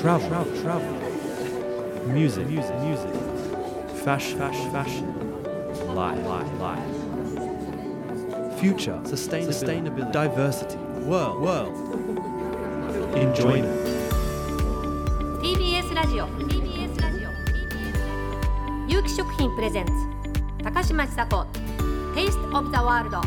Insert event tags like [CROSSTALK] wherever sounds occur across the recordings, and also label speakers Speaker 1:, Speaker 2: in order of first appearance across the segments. Speaker 1: travel, travel, travel. Music, music, music. Fashion, fashion, fashion. Life, life, life. Future, sustainability, diversity, world, world. Enjoyment.
Speaker 2: TBS ラジオ TBS ラジオ TBS 有機食品プレゼンツ高嶋ちさ子 Taste of the World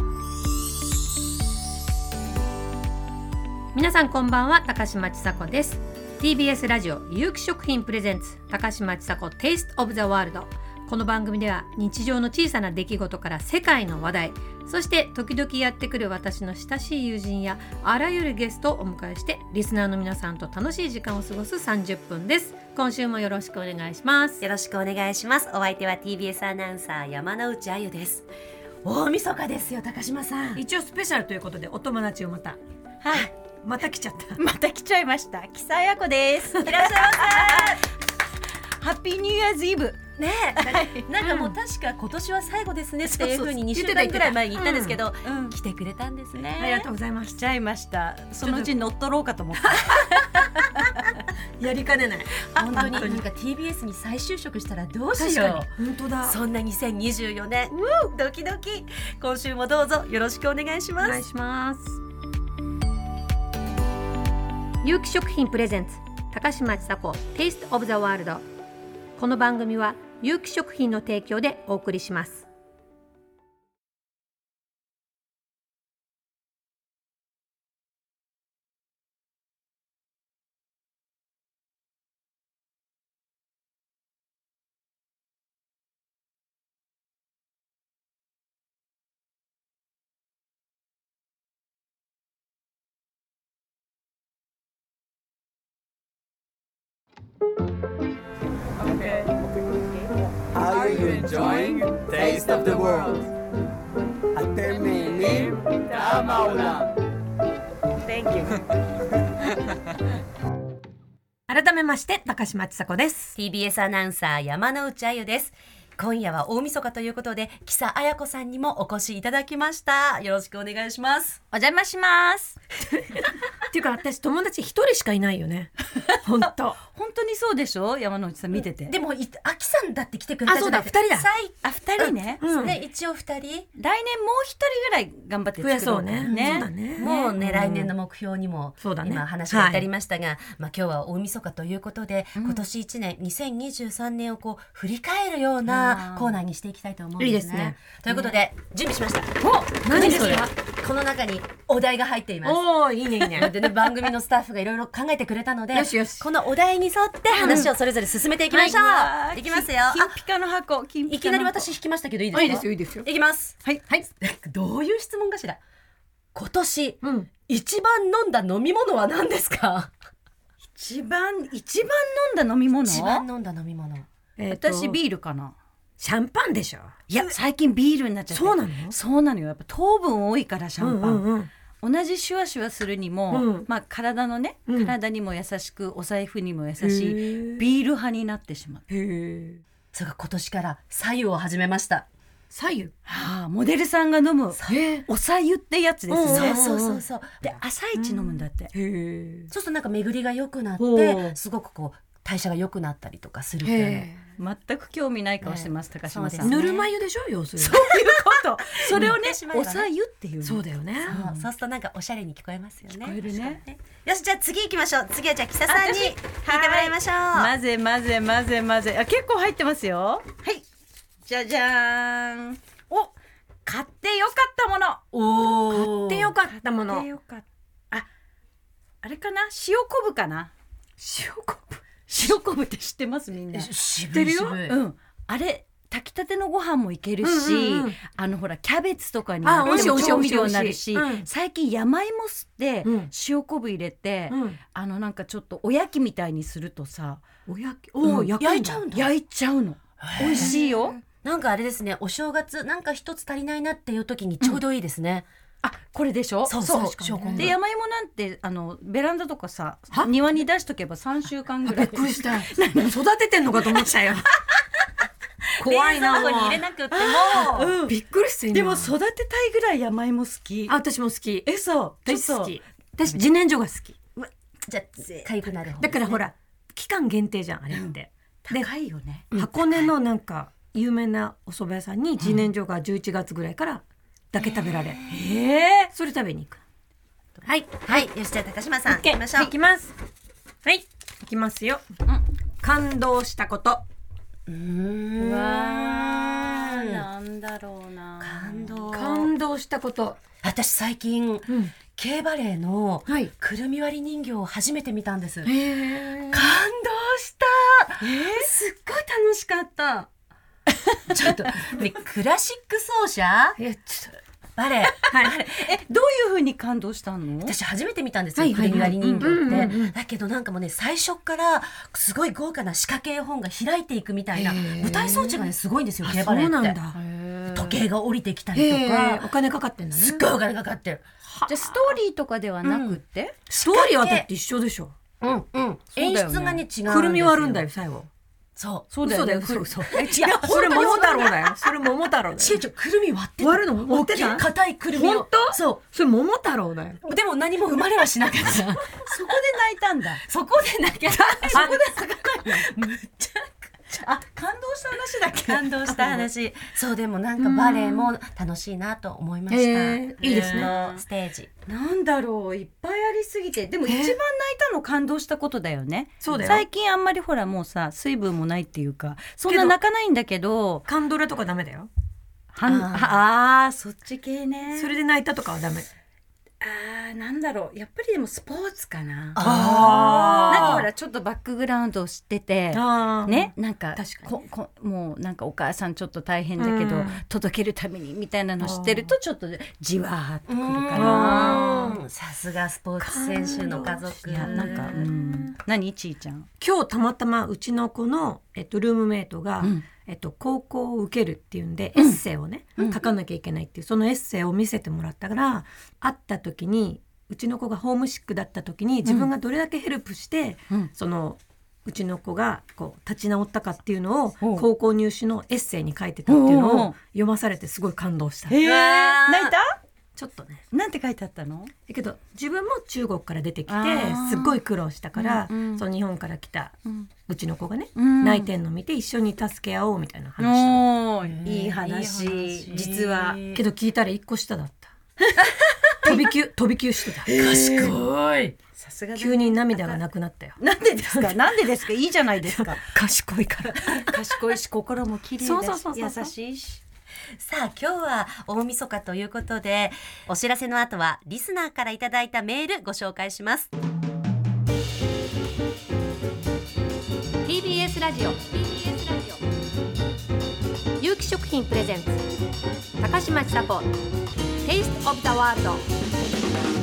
Speaker 2: 皆さんこんばんは高嶋ちさ子です TBS ラジオ有機食品プレゼンツ高嶋ちさ子 Taste of the World この番組では日常の小さな出来事から世界の話題そして時々やってくる私の親しい友人やあらゆるゲストをお迎えしてリスナーの皆さんと楽しい時間を過ごす30分です今週もよろしくお願いします
Speaker 3: よろしくお願いします。お相手は TBS アナウンサー山之内あゆです。大晦日ですよ、高島さん。
Speaker 2: 一応スペシャルということでお友達をまた
Speaker 4: はい、
Speaker 2: また来ちゃった
Speaker 4: また来ちゃいました。木さや
Speaker 3: [LAUGHS]
Speaker 4: こです。いらっしゃいませ。ハッピーニューイヤーズイブ。
Speaker 3: ねえ、なんかもう確か今年は最後ですねっていうふうに
Speaker 2: そう
Speaker 3: 2
Speaker 2: そう
Speaker 3: 週間ぐらい前に言ったんですけど、
Speaker 4: うん、
Speaker 3: 来てくれたんです
Speaker 2: ありが
Speaker 3: ね。
Speaker 2: とうございま
Speaker 4: 来
Speaker 2: す
Speaker 4: ちゃいました。そのうち乗っ取ろうかと思って。
Speaker 2: やりかねない
Speaker 3: 本当になんか TBS に再就職したらどうしよう。
Speaker 2: 本当だ
Speaker 3: そんな2024年、ドキドキ。今週もどうぞよろしくお願いし
Speaker 2: お
Speaker 3: ま
Speaker 2: 願い
Speaker 3: す。
Speaker 2: します有機食品プレゼンツ高嶋ちさ子 Taste of the World この番組は有機食品の提供でお送りします改めまして高嶋ちさ子です
Speaker 3: [LAUGHS] TBS アナウンサー山之内あゆです。今夜は大晦日ということで、木佐彩子さんにもお越しいただきました。よろしくお願いします。
Speaker 4: お邪魔します。
Speaker 2: っていうか私友達一人しかいないよ [LAUGHS] ね本当
Speaker 4: 本当にそうでしょ山之内さん見てて。
Speaker 3: でもい秋さんだって来てくれたじゃない
Speaker 2: あそうだ二人だ
Speaker 3: 最
Speaker 4: あ、二人ね。
Speaker 2: うん
Speaker 3: ね一応二人、
Speaker 4: 来年もう一人ぐらい頑張って
Speaker 2: 増
Speaker 4: 作ろ
Speaker 2: やそうねそうだ
Speaker 4: ね。
Speaker 2: ね
Speaker 3: もうね来年の目標にも、
Speaker 2: そうだね
Speaker 3: 今話が至りましたが、まあ今日は大晦日ということで、
Speaker 4: ん
Speaker 3: 今年一年2023年をこう振り返るような
Speaker 4: あー
Speaker 3: コーナーにしていきたいと思うんです
Speaker 2: い
Speaker 3: ね。
Speaker 2: いですね
Speaker 3: ということで、準備しました。
Speaker 2: お何それ
Speaker 3: 準備しましたこの中にお題が入っています。
Speaker 2: おーいいねいいね
Speaker 3: でね、番組のスタッフがいろいろ考えてくれたので
Speaker 2: よしよし
Speaker 3: このお題に沿って話をそれぞれ進めていきましょう、、
Speaker 4: はい
Speaker 3: きますよ
Speaker 4: 金ピカの箱。金
Speaker 3: い
Speaker 4: ピ
Speaker 3: き
Speaker 4: カ
Speaker 3: な
Speaker 4: の
Speaker 3: り
Speaker 4: 箱。
Speaker 3: 私引きましたけどいいですか
Speaker 2: いいですよいいですよ
Speaker 3: いきます
Speaker 4: はい
Speaker 3: はい [LAUGHS] どういう質問かしら今年
Speaker 2: うん
Speaker 3: 一番飲んだ飲み物は何ですか
Speaker 4: 一番一番飲んだ飲み物。
Speaker 3: 一番飲んだ飲み物
Speaker 2: えーと
Speaker 4: 私ビールかな。
Speaker 2: シャンパンでしょ
Speaker 4: いや最近ビールになっちゃって
Speaker 2: そうなの
Speaker 4: そうなのよやっぱ糖分多いからシャンパン、
Speaker 2: うんうんうん
Speaker 4: 同じシュワシュワするにも、
Speaker 2: うん
Speaker 4: まあ体のね、
Speaker 2: うん
Speaker 4: 体にも優しくお財布にも優し
Speaker 2: へ
Speaker 4: い
Speaker 2: ー
Speaker 4: ビール派になってしまう
Speaker 2: へえ
Speaker 3: そうか今年から左右を始めました
Speaker 2: 左右
Speaker 4: はあモデルさんが飲む
Speaker 2: へえ
Speaker 4: おさゆってやつです
Speaker 2: うん
Speaker 3: そう
Speaker 4: ね、
Speaker 3: そうそうそうで
Speaker 4: で朝一飲むんだって、
Speaker 2: へえ
Speaker 3: そうするとなんか巡りが良くなっ
Speaker 2: ほ
Speaker 3: て
Speaker 2: う
Speaker 3: すごくこう代謝が良くなったりとかするみたいな
Speaker 2: へ
Speaker 4: 全く興味ない顔してます、高島
Speaker 3: そう
Speaker 4: さ
Speaker 3: で
Speaker 2: え
Speaker 3: す
Speaker 4: ん
Speaker 2: ぬ
Speaker 3: ね
Speaker 2: るま湯でしょ要するに
Speaker 4: ことそれをね
Speaker 3: うん
Speaker 4: おさゆっていうの
Speaker 2: そうだよね
Speaker 3: そうそうするとなんかおしゃれに聞こえますよね。
Speaker 4: 聞こえるね
Speaker 3: よしじゃあ次行きましょう。次はじゃあ木佐さんに聞いてもらいましょう。
Speaker 4: 混ぜ混ぜ混ぜ混ぜあ結構入ってますよはいじゃじゃーんお買ってよかったもの
Speaker 2: お買ってよかったも
Speaker 4: 買っ
Speaker 2: の
Speaker 4: てよかったああれかな塩昆布かな
Speaker 2: 塩昆布
Speaker 4: 塩昆布って知ってますみんな知っ
Speaker 3: 知って
Speaker 4: るよ、うん、あれ炊きたてのご飯もいけるし、
Speaker 2: うんうんうん
Speaker 4: あのほらキャベツとかに
Speaker 2: あ
Speaker 4: 入れても
Speaker 2: 美味しい
Speaker 4: 調味
Speaker 2: 美
Speaker 4: 料
Speaker 2: 味
Speaker 4: に
Speaker 2: しい
Speaker 4: な
Speaker 2: 美
Speaker 4: る
Speaker 2: 味しいう
Speaker 4: し、
Speaker 2: ん
Speaker 4: 最近山芋吸って
Speaker 2: うん
Speaker 4: 塩昆布入れて、
Speaker 2: うん
Speaker 4: あのなんかちょっとおやきみたいにするとさ、
Speaker 2: おやきお
Speaker 4: うん
Speaker 2: ー
Speaker 3: 焼い [LAUGHS] ちゃうんだ
Speaker 4: 焼いちゃうの美味しいよ
Speaker 3: なんかあれですね。お正月なんか一つ足りないなっていう時にちょうどいいですね。
Speaker 4: あこれでしょ
Speaker 3: そうそう
Speaker 4: そう
Speaker 3: 塩昆布
Speaker 4: で山芋なんてあのベランダとかさ
Speaker 2: は
Speaker 4: 庭に出しとけば3週間ぐ
Speaker 2: び
Speaker 4: ら
Speaker 2: っ
Speaker 4: い
Speaker 2: くりした育ててんのかと思ったよ怖いな
Speaker 3: 冷蔵庫に入れなくっても。
Speaker 2: うんびっくりした今
Speaker 4: でも育てたいぐらい山芋好き
Speaker 2: あ私も好き
Speaker 4: えそう
Speaker 2: 私
Speaker 4: ちょっ
Speaker 2: 好
Speaker 4: と
Speaker 2: き私自然薯が好き
Speaker 3: じゃあ痒くなる方。
Speaker 2: だからほら期間限定じゃんあれって、で
Speaker 4: 高いよね
Speaker 2: 箱根のなんか有名なお蕎麦屋さんに自然薯が11月ぐらいからだけ食べられ、
Speaker 4: え
Speaker 2: それ食べに行く
Speaker 3: はい、はい、よしじゃあ高島さん、行きましょう
Speaker 2: い。きますはいいきますよ、感動したこと
Speaker 4: ー、う
Speaker 3: う
Speaker 4: わー
Speaker 3: ん
Speaker 4: なんだろうな
Speaker 3: 感動。
Speaker 2: 感動したこと、
Speaker 3: 私最近、
Speaker 2: うん、
Speaker 3: K バレーの
Speaker 2: はい
Speaker 3: くるみ割り人形を初めて見たんです。感動
Speaker 2: え
Speaker 3: した。
Speaker 4: えー、
Speaker 3: すっごい楽しかった。ちょっと、ね、クラシック奏者
Speaker 2: ー、いやちょっと
Speaker 3: バレエ。
Speaker 2: はい
Speaker 4: えどういう風に感動したの
Speaker 3: 私初めて見たんです
Speaker 2: は
Speaker 3: よ、
Speaker 2: い
Speaker 3: く
Speaker 2: はい
Speaker 3: るみ
Speaker 2: はい
Speaker 3: 割り人
Speaker 2: うんうん
Speaker 3: 形
Speaker 2: うんう
Speaker 3: って。だけどなんかもうね、最初からすごい豪華な仕掛け絵本が開いていくみたいな、
Speaker 2: へー
Speaker 3: 舞台装置がね、すごいんですよ、
Speaker 2: あ
Speaker 3: K
Speaker 2: そ
Speaker 3: バレエ
Speaker 2: う
Speaker 3: っ
Speaker 2: なん
Speaker 3: て。
Speaker 2: だ
Speaker 3: 時計が降りてきたりと
Speaker 2: え
Speaker 3: か、
Speaker 2: お金かかってんだね
Speaker 3: すっごいお金かかってる。
Speaker 4: じゃあストーリーとかではなくって、
Speaker 2: ストーリーはだって一緒でしょ
Speaker 3: うんうん。
Speaker 4: そう
Speaker 3: 演
Speaker 4: だよね
Speaker 3: 出がね、違うんですよ。
Speaker 2: くるみ割るんだよ。最後
Speaker 3: そう。
Speaker 4: そうだよね
Speaker 2: 嘘だよ嘘
Speaker 3: [LAUGHS]
Speaker 4: くるえ違う
Speaker 2: いやそれ桃太郎だよそれ桃太郎だよ
Speaker 3: ちえちょ、くるみ割ってた
Speaker 2: 割るの割ってた
Speaker 3: 大きい硬いくるみを。
Speaker 2: 本当
Speaker 3: そ
Speaker 2: それ桃太郎だよ
Speaker 3: う。でも何も生まれはしなかった。
Speaker 2: [LAUGHS]
Speaker 4: そこで泣いたんだ
Speaker 3: そこで泣けた。そこで泣かない。むっちゃ
Speaker 4: あ感動した話だっけ
Speaker 3: 感動した話。そう、でもなんかバレエも楽しいなと思いました。
Speaker 2: へーいいですね
Speaker 3: うんステージ。
Speaker 4: なんだろういっぱいありすぎてでも一番泣いたの感動したことだよね
Speaker 2: そうだよ
Speaker 4: 最近あんまりほらもうさ水分もないっていうかそんな
Speaker 2: けど
Speaker 4: 泣かないんだけど
Speaker 2: カンドラとかダメだよ
Speaker 4: はん
Speaker 3: あー
Speaker 4: ああーそっち系ね
Speaker 2: それで泣いたとかはダメ
Speaker 4: あーなんだろうやっぱりでもスポーツかななん
Speaker 2: あ
Speaker 4: かほらちょっとバックグラウンドを知ってて
Speaker 2: あー
Speaker 4: ね、なんか
Speaker 2: 確かに
Speaker 4: ここもうなんかお母さんちょっと大変だけど、
Speaker 2: うん
Speaker 4: 届けるためにみたいなの知ってるとちょっとじわーっとくるかな。
Speaker 3: うんさすがスポーツ選手の家族。
Speaker 4: いやなんか、うん、何ちーちゃん、
Speaker 2: 今日たまたまうちの子の、えっと、ルームメイトが、
Speaker 4: うん
Speaker 2: えっと、高校を受けるっていうんで、エッセイをね、書かなきゃいけないっていうそのエッセイを見せてもらったから会った時にうちの子がホームシックだった時に自分がどれだけヘルプして、
Speaker 4: うん
Speaker 2: そのうちの子がこう立ち直ったかっていうのを
Speaker 4: おう
Speaker 2: 高校入試のエッセイに書いてたっていう
Speaker 4: おうおう
Speaker 2: の
Speaker 4: お
Speaker 2: を
Speaker 4: う
Speaker 2: 読まされてすごい感動した。
Speaker 4: えー、
Speaker 3: わー
Speaker 4: 泣いた
Speaker 2: ちょっとね
Speaker 4: なんて書いてあったの
Speaker 2: だけど自分も中国から出てきて
Speaker 4: あー
Speaker 2: すっごい苦労したから、
Speaker 4: うんうん
Speaker 2: その日本から来た
Speaker 4: うん
Speaker 2: うちの子がね、
Speaker 4: うん
Speaker 2: 泣いてんの見て一緒に助け合おうみたいな話したの
Speaker 4: おー
Speaker 3: ー
Speaker 4: いい話
Speaker 3: いい話
Speaker 4: 実は
Speaker 2: けど聞いたら一個下だった飛び級飛び級してた
Speaker 3: 賢い。
Speaker 4: さすがだね
Speaker 2: 急に涙がなくなったよ
Speaker 4: なんでですかなんでですかいいじゃないです [LAUGHS] か
Speaker 2: 賢いから
Speaker 4: 賢いし心も綺麗だし
Speaker 2: そうそうそうそうそう
Speaker 4: 優しいし
Speaker 3: さあ今日は大晦日ということでお知らせの後はリスナーからいただいたメールご紹介します
Speaker 2: TBS ラジオ TBS ラジオ有機食品プレゼンツ高嶋ちさ子 Taste of the World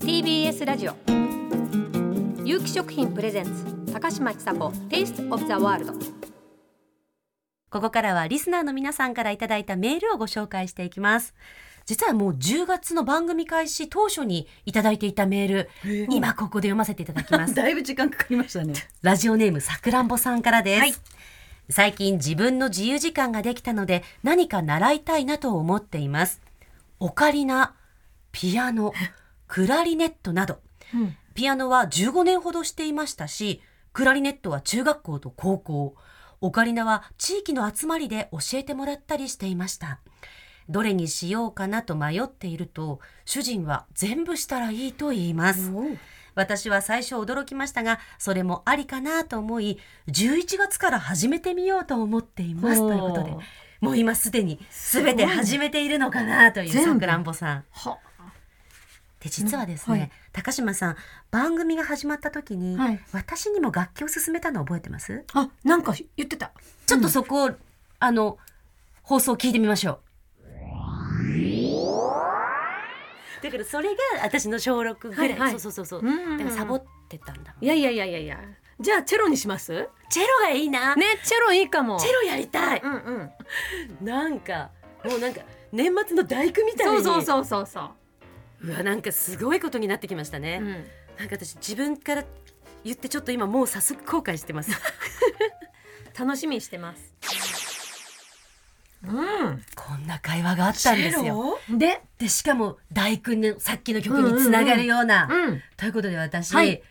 Speaker 5: TBS ラジオ有機食品プレゼンツ高嶋ちさ子 Taste of the World
Speaker 3: ここからはリスナーの皆さんからいただいたメールをご紹介していきます実はもう10月の番組開始当初にいただいていたメール今ここで読ませていただきます
Speaker 4: [LAUGHS] だいぶ時間かかりましたね
Speaker 3: ラジオネームさくらんぼさんからです、最近自分の自由時間ができたので何か習いたいなと思っていますオカリナピアノクラリネットなど、ピアノは15年ほどしていましたしクラリネットは中学校と高校オカリナは地域の集まりで教えてもらったりしていましたどれにしようかなと迷っていると主人は全部したらいいと言います私は最初驚きましたがそれもありかなと思い11月から始めてみようと思っています
Speaker 2: おー
Speaker 3: ということでもう今すでに全て始めているのかなという
Speaker 2: 全部
Speaker 3: さくらんぼさん。で実はですね、
Speaker 2: うんはい
Speaker 3: 高島さん番組が始まった時に、
Speaker 2: はい
Speaker 3: 私にも楽器を勧めたの覚えてます、
Speaker 2: あなんか言ってた
Speaker 3: ちょっとそこを、あの放送聞いてみましょう。だからそれが私の小6ぐらい、
Speaker 2: はいはい
Speaker 3: そうそうそうそう、
Speaker 2: うんうんうん
Speaker 3: だからサボってたんだもん
Speaker 2: いやいやいやいやいやじゃあチェロにしますね
Speaker 3: チェロがいいな、
Speaker 2: チェロいいかも
Speaker 3: チェロやりたい
Speaker 2: うんうん
Speaker 3: なんかもうなんか年末の大工みたい
Speaker 2: そ
Speaker 3: に
Speaker 2: うそうそうそうそう
Speaker 3: わなんかすごいことになってきましたね、
Speaker 2: う、うん、
Speaker 3: なんか私自分から言ってちょっと今もう早速後悔してます
Speaker 2: 楽しみにしてますう
Speaker 3: こんな会話があったんですよ
Speaker 2: んで
Speaker 3: でしかも大君のさっきの曲につながるような、
Speaker 2: うん
Speaker 3: ということで私、
Speaker 2: はい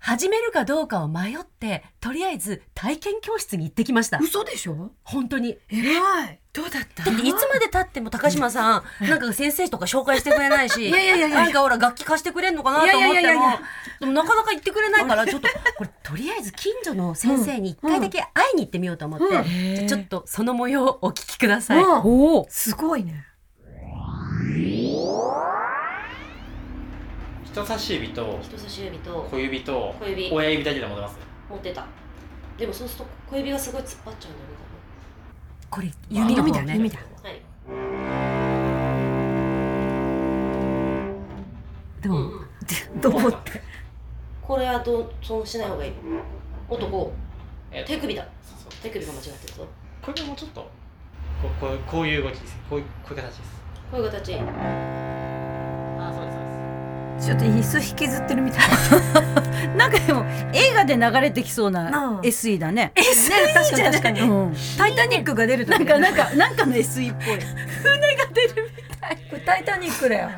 Speaker 3: 始めるかどうかを迷ってとりあえず体験教室に行ってきました
Speaker 2: 嘘でしょ
Speaker 3: 本当に
Speaker 4: えらい
Speaker 3: どうだっただっていつまでたっても高島さんなんか先生とか紹介してくれないし
Speaker 2: いやいやいやいや
Speaker 3: なんかほら楽器貸してくれんのかなと思っ
Speaker 2: いや
Speaker 3: て
Speaker 2: いやい
Speaker 3: も
Speaker 2: やいや
Speaker 3: でもなかなか行ってくれないからちょっとこれとりあえず近所の先生に一回だけ会いに行ってみようと思って、
Speaker 2: うん
Speaker 3: じゃあちょっとその模様をお聞きください、
Speaker 2: うん
Speaker 3: おー
Speaker 2: すごいね
Speaker 6: 人差し指と
Speaker 3: 人差し指と
Speaker 6: 小指と
Speaker 3: 小指
Speaker 6: 親指だけで持てます
Speaker 3: 持ってたでもそうすると小指がすごい突っ張っちゃうんだよねこれ弓の
Speaker 2: 弓
Speaker 3: 方
Speaker 2: だ
Speaker 3: ね
Speaker 2: 弓だ
Speaker 3: はいどう、
Speaker 2: どうって
Speaker 7: これはどうそうしない方がいい男
Speaker 6: えっと
Speaker 7: 手首だ
Speaker 6: そうそう
Speaker 7: 手首が間違ってるぞ
Speaker 6: 小指もうちょっとこうこうこういう動きですこういうこういう形です
Speaker 7: こういう形
Speaker 6: あそうですそうです
Speaker 4: ちょっと椅子引きずってるみ [LAUGHS] たいなんかでも映画で流れてきそうな
Speaker 2: うん
Speaker 4: SE だね、
Speaker 2: ね確かに確かに
Speaker 4: うん、
Speaker 2: タイタニックが出る
Speaker 4: な
Speaker 2: 時
Speaker 4: ん
Speaker 2: だ
Speaker 4: か
Speaker 2: よね
Speaker 4: なんかなんかの SE っぽい
Speaker 2: これタイタニックだよ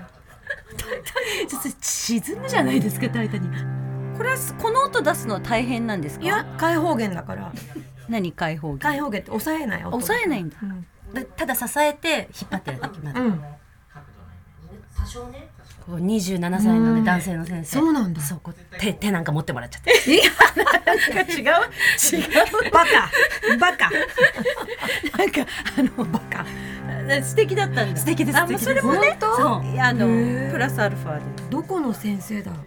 Speaker 4: ちょっと沈むじゃないですかタイタニックこれはすこの音出すの大変なんですか
Speaker 2: いや開放弦だから
Speaker 4: 何開放弦
Speaker 2: 開放弦って抑えない音
Speaker 4: 抑えないんだ
Speaker 2: うん
Speaker 3: だただ支えて引っ張ってるだけなの、
Speaker 2: うん
Speaker 7: 多少ね
Speaker 3: こう27歳の、ね、男性の先生
Speaker 2: そうなんだ
Speaker 3: そうこう手手なんか持ってもらっちゃって
Speaker 4: なんか違う違うバカバカなんかあのバカ素敵だったんだ
Speaker 3: 素敵です
Speaker 4: あもう
Speaker 3: 素敵です
Speaker 4: それもね
Speaker 3: そ
Speaker 4: いやあの
Speaker 2: へー
Speaker 4: プラスアルファで
Speaker 2: どこの先生だろう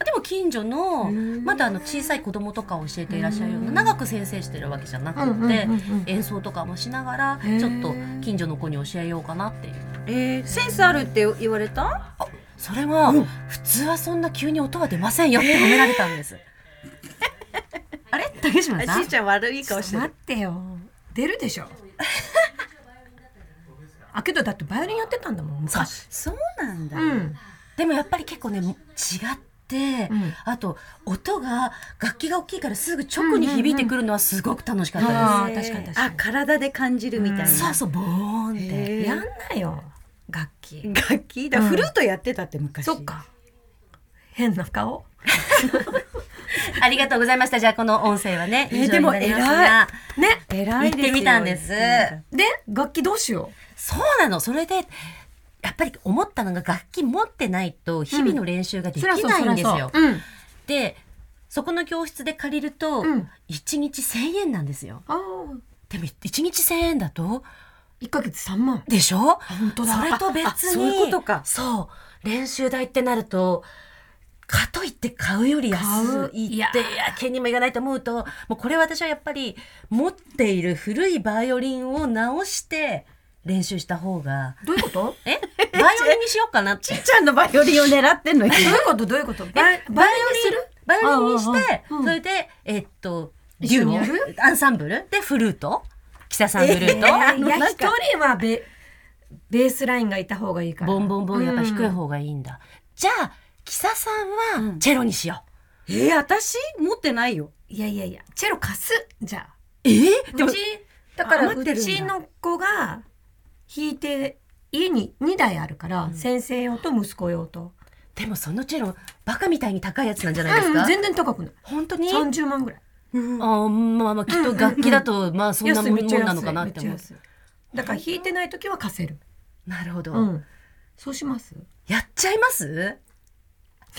Speaker 3: うでも近所の
Speaker 2: ん
Speaker 3: まだあの小さい子供とかを教えていらっしゃるような長く先生してるわけじゃなく
Speaker 2: うんうんうん
Speaker 3: て
Speaker 2: うん
Speaker 3: 演奏とかもしながら
Speaker 2: へー
Speaker 3: ちょっと近所の子に教えようかなっていう
Speaker 4: えー、センスあるって言われた
Speaker 3: それは普通はそんな急に音は出ませんよって褒められたんです、あれ竹島さん
Speaker 4: ちゃん悪い顔
Speaker 2: ちょっと待ってよ出るで
Speaker 4: [LAUGHS]
Speaker 2: しょあけどだってバイオリンやってたんだもん
Speaker 3: あ
Speaker 2: 昔
Speaker 3: そうなんだ、
Speaker 2: うん
Speaker 3: でもやっぱり結構ね違って、
Speaker 2: うん
Speaker 3: あと音が楽器が大きいからすぐ直に響いてくるのはすごく楽しかったです、
Speaker 2: あー確かに確か
Speaker 4: あ
Speaker 2: に
Speaker 4: 体で感じるみたいな、
Speaker 2: うん
Speaker 3: そうそうボーンって
Speaker 4: へー
Speaker 2: やんなよ楽器
Speaker 4: 楽器だからフルートやってたって昔、
Speaker 2: そっか変な顔
Speaker 3: ありがとうございましたじゃあこの音声はね
Speaker 4: えー
Speaker 3: 以上になりますが
Speaker 2: ね
Speaker 4: 偉いですよ
Speaker 3: 行ってみたんです
Speaker 2: で楽器どうしよ
Speaker 3: そうなのそれでやっぱり思ったのが楽器持ってないと日々の練習が
Speaker 2: う
Speaker 3: できないんですよ、
Speaker 2: ううん
Speaker 3: でそこの教室で借りると
Speaker 2: うん
Speaker 3: 1日1,000円なんですよ
Speaker 2: ああ
Speaker 3: でも1日1,000円だと
Speaker 2: 一ヶ月三万
Speaker 3: でしょ
Speaker 2: 本当だ
Speaker 3: それと別
Speaker 4: あ
Speaker 3: に
Speaker 4: そういうことか
Speaker 3: そう練習代ってなるとかといって買うより安いって
Speaker 2: 買う
Speaker 3: いや気にもいかないと思うともうこれ私はやっぱり持っている古いバイオリンを直して練習した方が
Speaker 2: どういう
Speaker 3: [LAUGHS]
Speaker 2: こと [LAUGHS]
Speaker 3: えバイオリンにしようかなって
Speaker 4: ちっちゃんのバイオリンを狙ってんのよ
Speaker 2: どういうことどういうことバイ [LAUGHS] バイオリンする
Speaker 3: バイオリンにして
Speaker 2: ああああうん
Speaker 3: それでえっと
Speaker 2: 一緒にやる
Speaker 3: デュオアンサンブルでフルートキサさんフルート、
Speaker 2: えーい
Speaker 4: な
Speaker 2: や
Speaker 4: んか
Speaker 2: 一人はベベースラインがいた方がいいから
Speaker 3: ボンボンボンやっぱ低い方がいいんだ、じゃあキサさんはチェロにしよう、
Speaker 4: [LAUGHS] えー、私持ってないよ
Speaker 2: いやいやいやチェロ貸すじゃあ
Speaker 3: えー
Speaker 2: うちだから
Speaker 4: 余って
Speaker 2: う
Speaker 4: るんだ
Speaker 2: ちの子が弾いて家に2台あるから、先生用と息子用と、
Speaker 3: でもそのチェロバカみたいに高いやつなんじゃないですか、
Speaker 2: うん全然高くない
Speaker 3: 本当にあ
Speaker 2: 30万ぐらい
Speaker 3: ーまあまあきっと楽器だとまあそんな
Speaker 2: 安い
Speaker 3: も
Speaker 2: めっ
Speaker 3: ん
Speaker 2: ちゃ安い
Speaker 3: なのかなって思
Speaker 2: めっ
Speaker 3: う
Speaker 2: ちゃ安いだから弾いてない時は貸せる、
Speaker 3: なるほど、
Speaker 2: うん、そうします
Speaker 3: やっちゃいます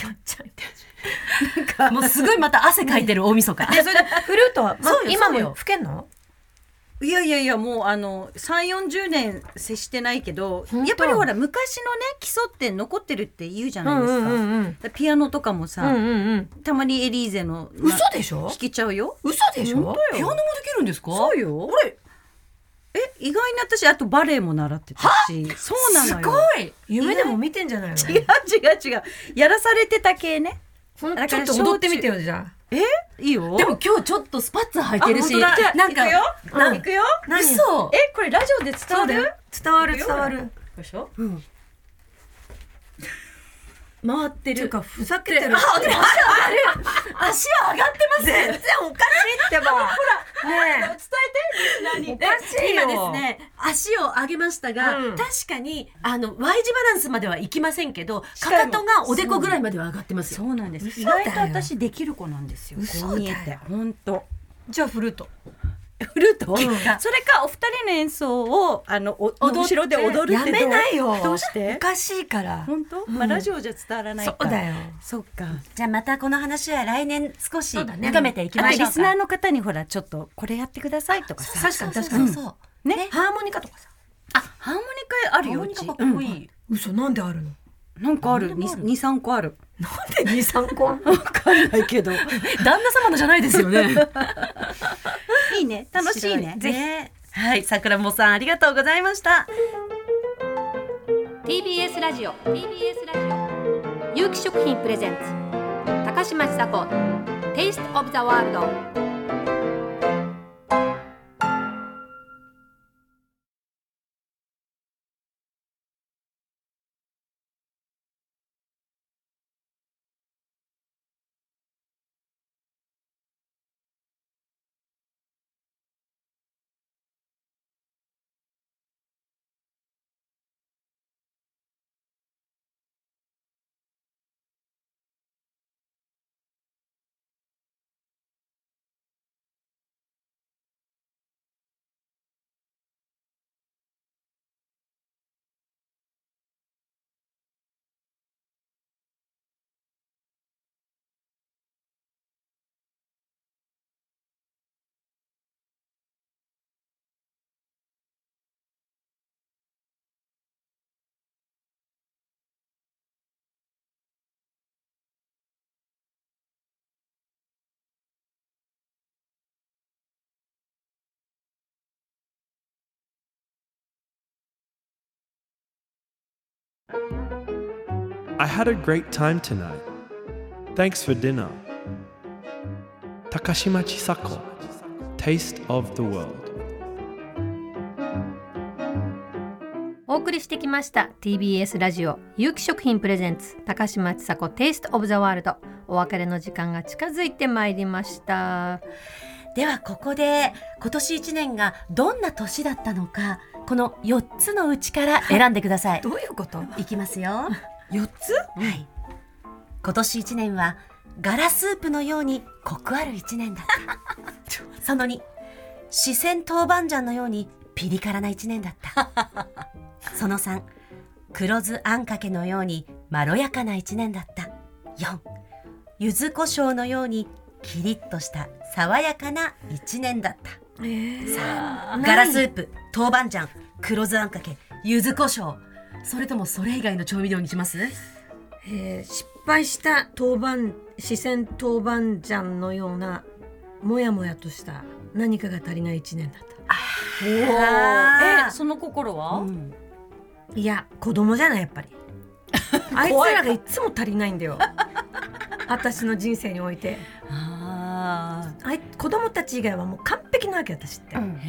Speaker 2: やっちゃい
Speaker 3: [LAUGHS] もうすごいまた汗かいてる大晦日
Speaker 2: でそれでフルートは、まあ
Speaker 3: そうよ
Speaker 2: 今
Speaker 3: そう
Speaker 2: も
Speaker 3: よ
Speaker 2: 吹けんの
Speaker 4: いやいやいやもうあの3四4 0年接してないけど
Speaker 2: 本当
Speaker 4: やっぱりほら昔のね基礎って残ってるって言うじゃないですか,、
Speaker 2: うん
Speaker 4: ピアノとかもさ、
Speaker 2: うんうん
Speaker 4: たまにエリーゼのな
Speaker 2: 嘘でしょ
Speaker 4: 弾けちゃうよ
Speaker 2: 嘘でしょ
Speaker 4: 本当
Speaker 3: ピアノ
Speaker 4: よ
Speaker 3: もできるんですか
Speaker 4: そうよ俺え意外に私あとバレエも習ってたしそうなの
Speaker 3: す
Speaker 4: よ
Speaker 3: ごい
Speaker 2: 夢でも見てんじゃないの
Speaker 4: 違う違う違うやらされてた系ね
Speaker 2: ほん
Speaker 4: だ
Speaker 2: ち
Speaker 4: か
Speaker 2: ょっ
Speaker 4: ら
Speaker 2: と踊ってみてよじゃあ
Speaker 4: え
Speaker 3: いいよ。
Speaker 5: でも今日ちょっとスパッツ履いてるし、
Speaker 3: あ本当だ
Speaker 5: なん
Speaker 4: 行
Speaker 5: か
Speaker 4: くよ
Speaker 3: な
Speaker 4: 行くよ
Speaker 3: 何
Speaker 5: 嘘。
Speaker 4: えこれラジオで伝わる
Speaker 3: 伝わる
Speaker 4: いく
Speaker 3: 伝
Speaker 4: よ
Speaker 3: わる。
Speaker 4: でしょ
Speaker 3: うん。
Speaker 4: 回って
Speaker 3: ていう
Speaker 4: る
Speaker 3: かふざけてる。
Speaker 5: 足は上がってます。
Speaker 4: 全然おかしいってばほらねえ伝えてみんなに
Speaker 5: おかしいよ
Speaker 3: 今ですね足を上げましたが、
Speaker 4: うん
Speaker 3: 確かにあの Y 字バランスまではいきませんけどか
Speaker 4: 下よ
Speaker 3: かとがおでこぐらいまでは上がってますよ
Speaker 4: そうなんです意
Speaker 5: だよ
Speaker 4: 外と私できる子なんですよこう見え
Speaker 5: 嘘だ
Speaker 4: て
Speaker 5: よ
Speaker 4: 本当
Speaker 5: じゃあフルート。
Speaker 3: フルート
Speaker 4: それかお二人の演奏をあのお
Speaker 5: 踊って
Speaker 4: 後ろで踊るってどう
Speaker 5: やめないよ
Speaker 4: どうして
Speaker 5: おかしいから。
Speaker 4: 本当、まあラジオじゃ伝わらない
Speaker 5: そ
Speaker 4: か
Speaker 5: うだよ。
Speaker 4: そっか
Speaker 3: じゃあまたこの話は来年少し
Speaker 5: そうだね
Speaker 3: 深めていき
Speaker 4: あ
Speaker 3: ま
Speaker 4: と
Speaker 3: しょ
Speaker 4: リ
Speaker 3: う
Speaker 4: スナ
Speaker 3: か
Speaker 4: ーの方にほらちょっとこれやってくださいとかさ
Speaker 5: 確かに確かに。
Speaker 3: そう
Speaker 4: ね
Speaker 5: ハーモニカとかさ。
Speaker 4: ハーモニカあるよ
Speaker 5: ハーモニカかっ
Speaker 4: う
Speaker 5: こいい。嘘なんであるの？
Speaker 4: ちなんかある二二三個ある
Speaker 5: なんで二三個？わ
Speaker 4: かんないけど
Speaker 5: 旦那様のじゃないですよね。
Speaker 4: いいね楽しいね
Speaker 3: ぜひ、はい桜もさんありがとうございました
Speaker 5: TBS ラジオ TBS ラジオ有機食品プレゼンツ高嶋ちさ子 Taste of the World
Speaker 1: I had a great time tonight. Thanks for dinner. Takashima Chisako, Taste of the World.
Speaker 2: お送りしてきました TBS ラジオ有機食品プレゼンツ高嶋ちさ子テイストオブザワールドお別れの時間が近づいてまいりました
Speaker 3: ではここで今年一年がどんな年だったのかこの四つのうちから選んでくだ
Speaker 4: [LAUGHS]
Speaker 3: さい
Speaker 5: どういうこと？
Speaker 3: いきますよ
Speaker 4: 四つ
Speaker 3: はい。今年一年はガラスープのようにコクある一年だった。その2、四川豆板醤のようにピリ辛な一年だった。その3、黒酢あんかけのようにまろやかな一年だった。4、柚子胡椒のようにキリッとした爽やかな一年だった。さあ、ガラスープ、豆板醤、黒酢あんかけ、柚子胡椒。それともそれ以外の調味料にします
Speaker 5: えー失敗した豆板四川豆板醤のようなもやもやとした何かが足りない一年だった
Speaker 3: あー
Speaker 4: えその心は、
Speaker 3: うん
Speaker 5: いや子供じゃないやっぱり [LAUGHS] あいつらがいつも足りないんだ [LAUGHS] よ私の人生において
Speaker 3: あ
Speaker 5: あい子供たち以外はもう完璧なわけ私って、
Speaker 3: ー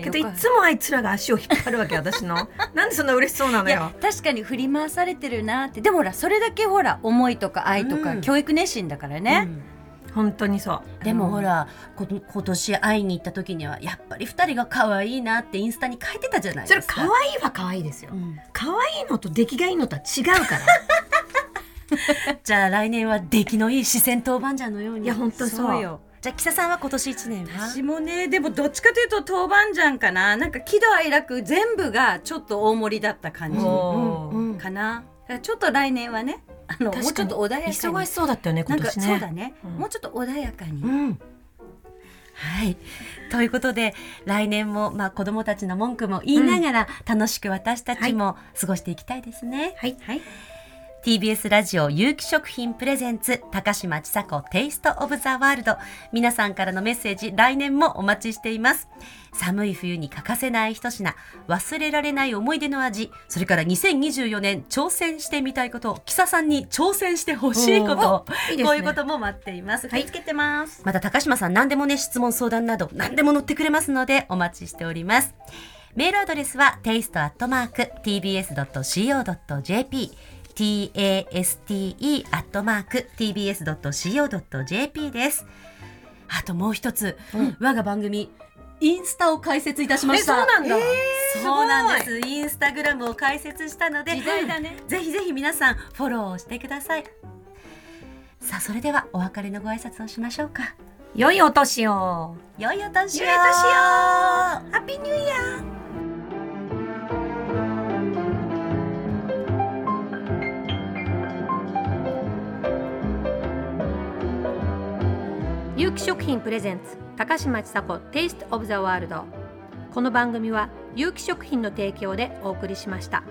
Speaker 3: へ
Speaker 5: けどいつもあいつらが足を引っ張るわけ私 [LAUGHS] のなんでそんな嬉しそうなの
Speaker 4: いや
Speaker 5: よ
Speaker 4: 確かに振り回されてるなってでもほらそれだけほら思いとか愛とか、
Speaker 3: うん
Speaker 4: 教育熱心だからね、
Speaker 5: 本当にそう
Speaker 3: でもほら、こ今年会いに行った時にはやっぱり二人が可愛いなってインスタに書いてたじゃない
Speaker 5: そ
Speaker 3: で
Speaker 5: れ
Speaker 3: す
Speaker 5: 可
Speaker 3: か
Speaker 5: 愛いは可愛いですよ
Speaker 3: うん
Speaker 5: 可愛いのと出来がいいのとは違う [LAUGHS] から
Speaker 3: じゃあ来年は出来のいい四川豆板醤のように
Speaker 5: いや本当そう
Speaker 4: そうよ
Speaker 3: じゃあ木佐さんは今年一年は
Speaker 4: 私もねでもどっちかというと豆板醤かななんか喜怒哀楽全部がちょっと大盛りだった感じ
Speaker 5: おー
Speaker 4: うんかなだからちょっと来年はねあのもうちょっと穏やかに
Speaker 5: 忙しそうだったよね
Speaker 4: な
Speaker 5: 今
Speaker 4: んか
Speaker 5: 年
Speaker 4: そ
Speaker 5: ね
Speaker 4: うだね、
Speaker 5: うん
Speaker 4: もうちょっと穏やかに、
Speaker 3: うんはいということで来年もまあ子供たちの文句も言いながら、楽しく私たちも過ごしていきたいですね、
Speaker 4: はい、はい、
Speaker 3: TBS ラジオ有機食品プレゼンツ高嶋ちさ子テイストオブザワールド皆さんからのメッセージ来年もお待ちしています寒い冬に欠かせない一品忘れられない思い出の味それから2024年挑戦してみたいことを木佐さんに挑戦してほしいこと
Speaker 5: いいですね
Speaker 3: こういうことも待っています。はい、つけてます。また高島さん何でもね質問相談など何でも乗ってくれますのでお待ちしております。メールアドレスは taste@tbs.co.jp taste@tbs.co.jp です。あともう一つ、我が番組インスタを開設いたしました。そうなんだ。そうなんです。インスタグラムを開設したので、時代だね。ぜひぜひ皆さんフォローをしてください。さあそれではお別れのご挨拶をしましょうか。
Speaker 2: 良いお年を
Speaker 3: 良い
Speaker 2: 良いお
Speaker 3: お年を。
Speaker 2: 年を
Speaker 3: ハッピーニューイヤー。
Speaker 2: 有機食品プレゼンツ高嶋ちさ子テイストオブザワールドこの番組は有機食品の提供でお送りしました。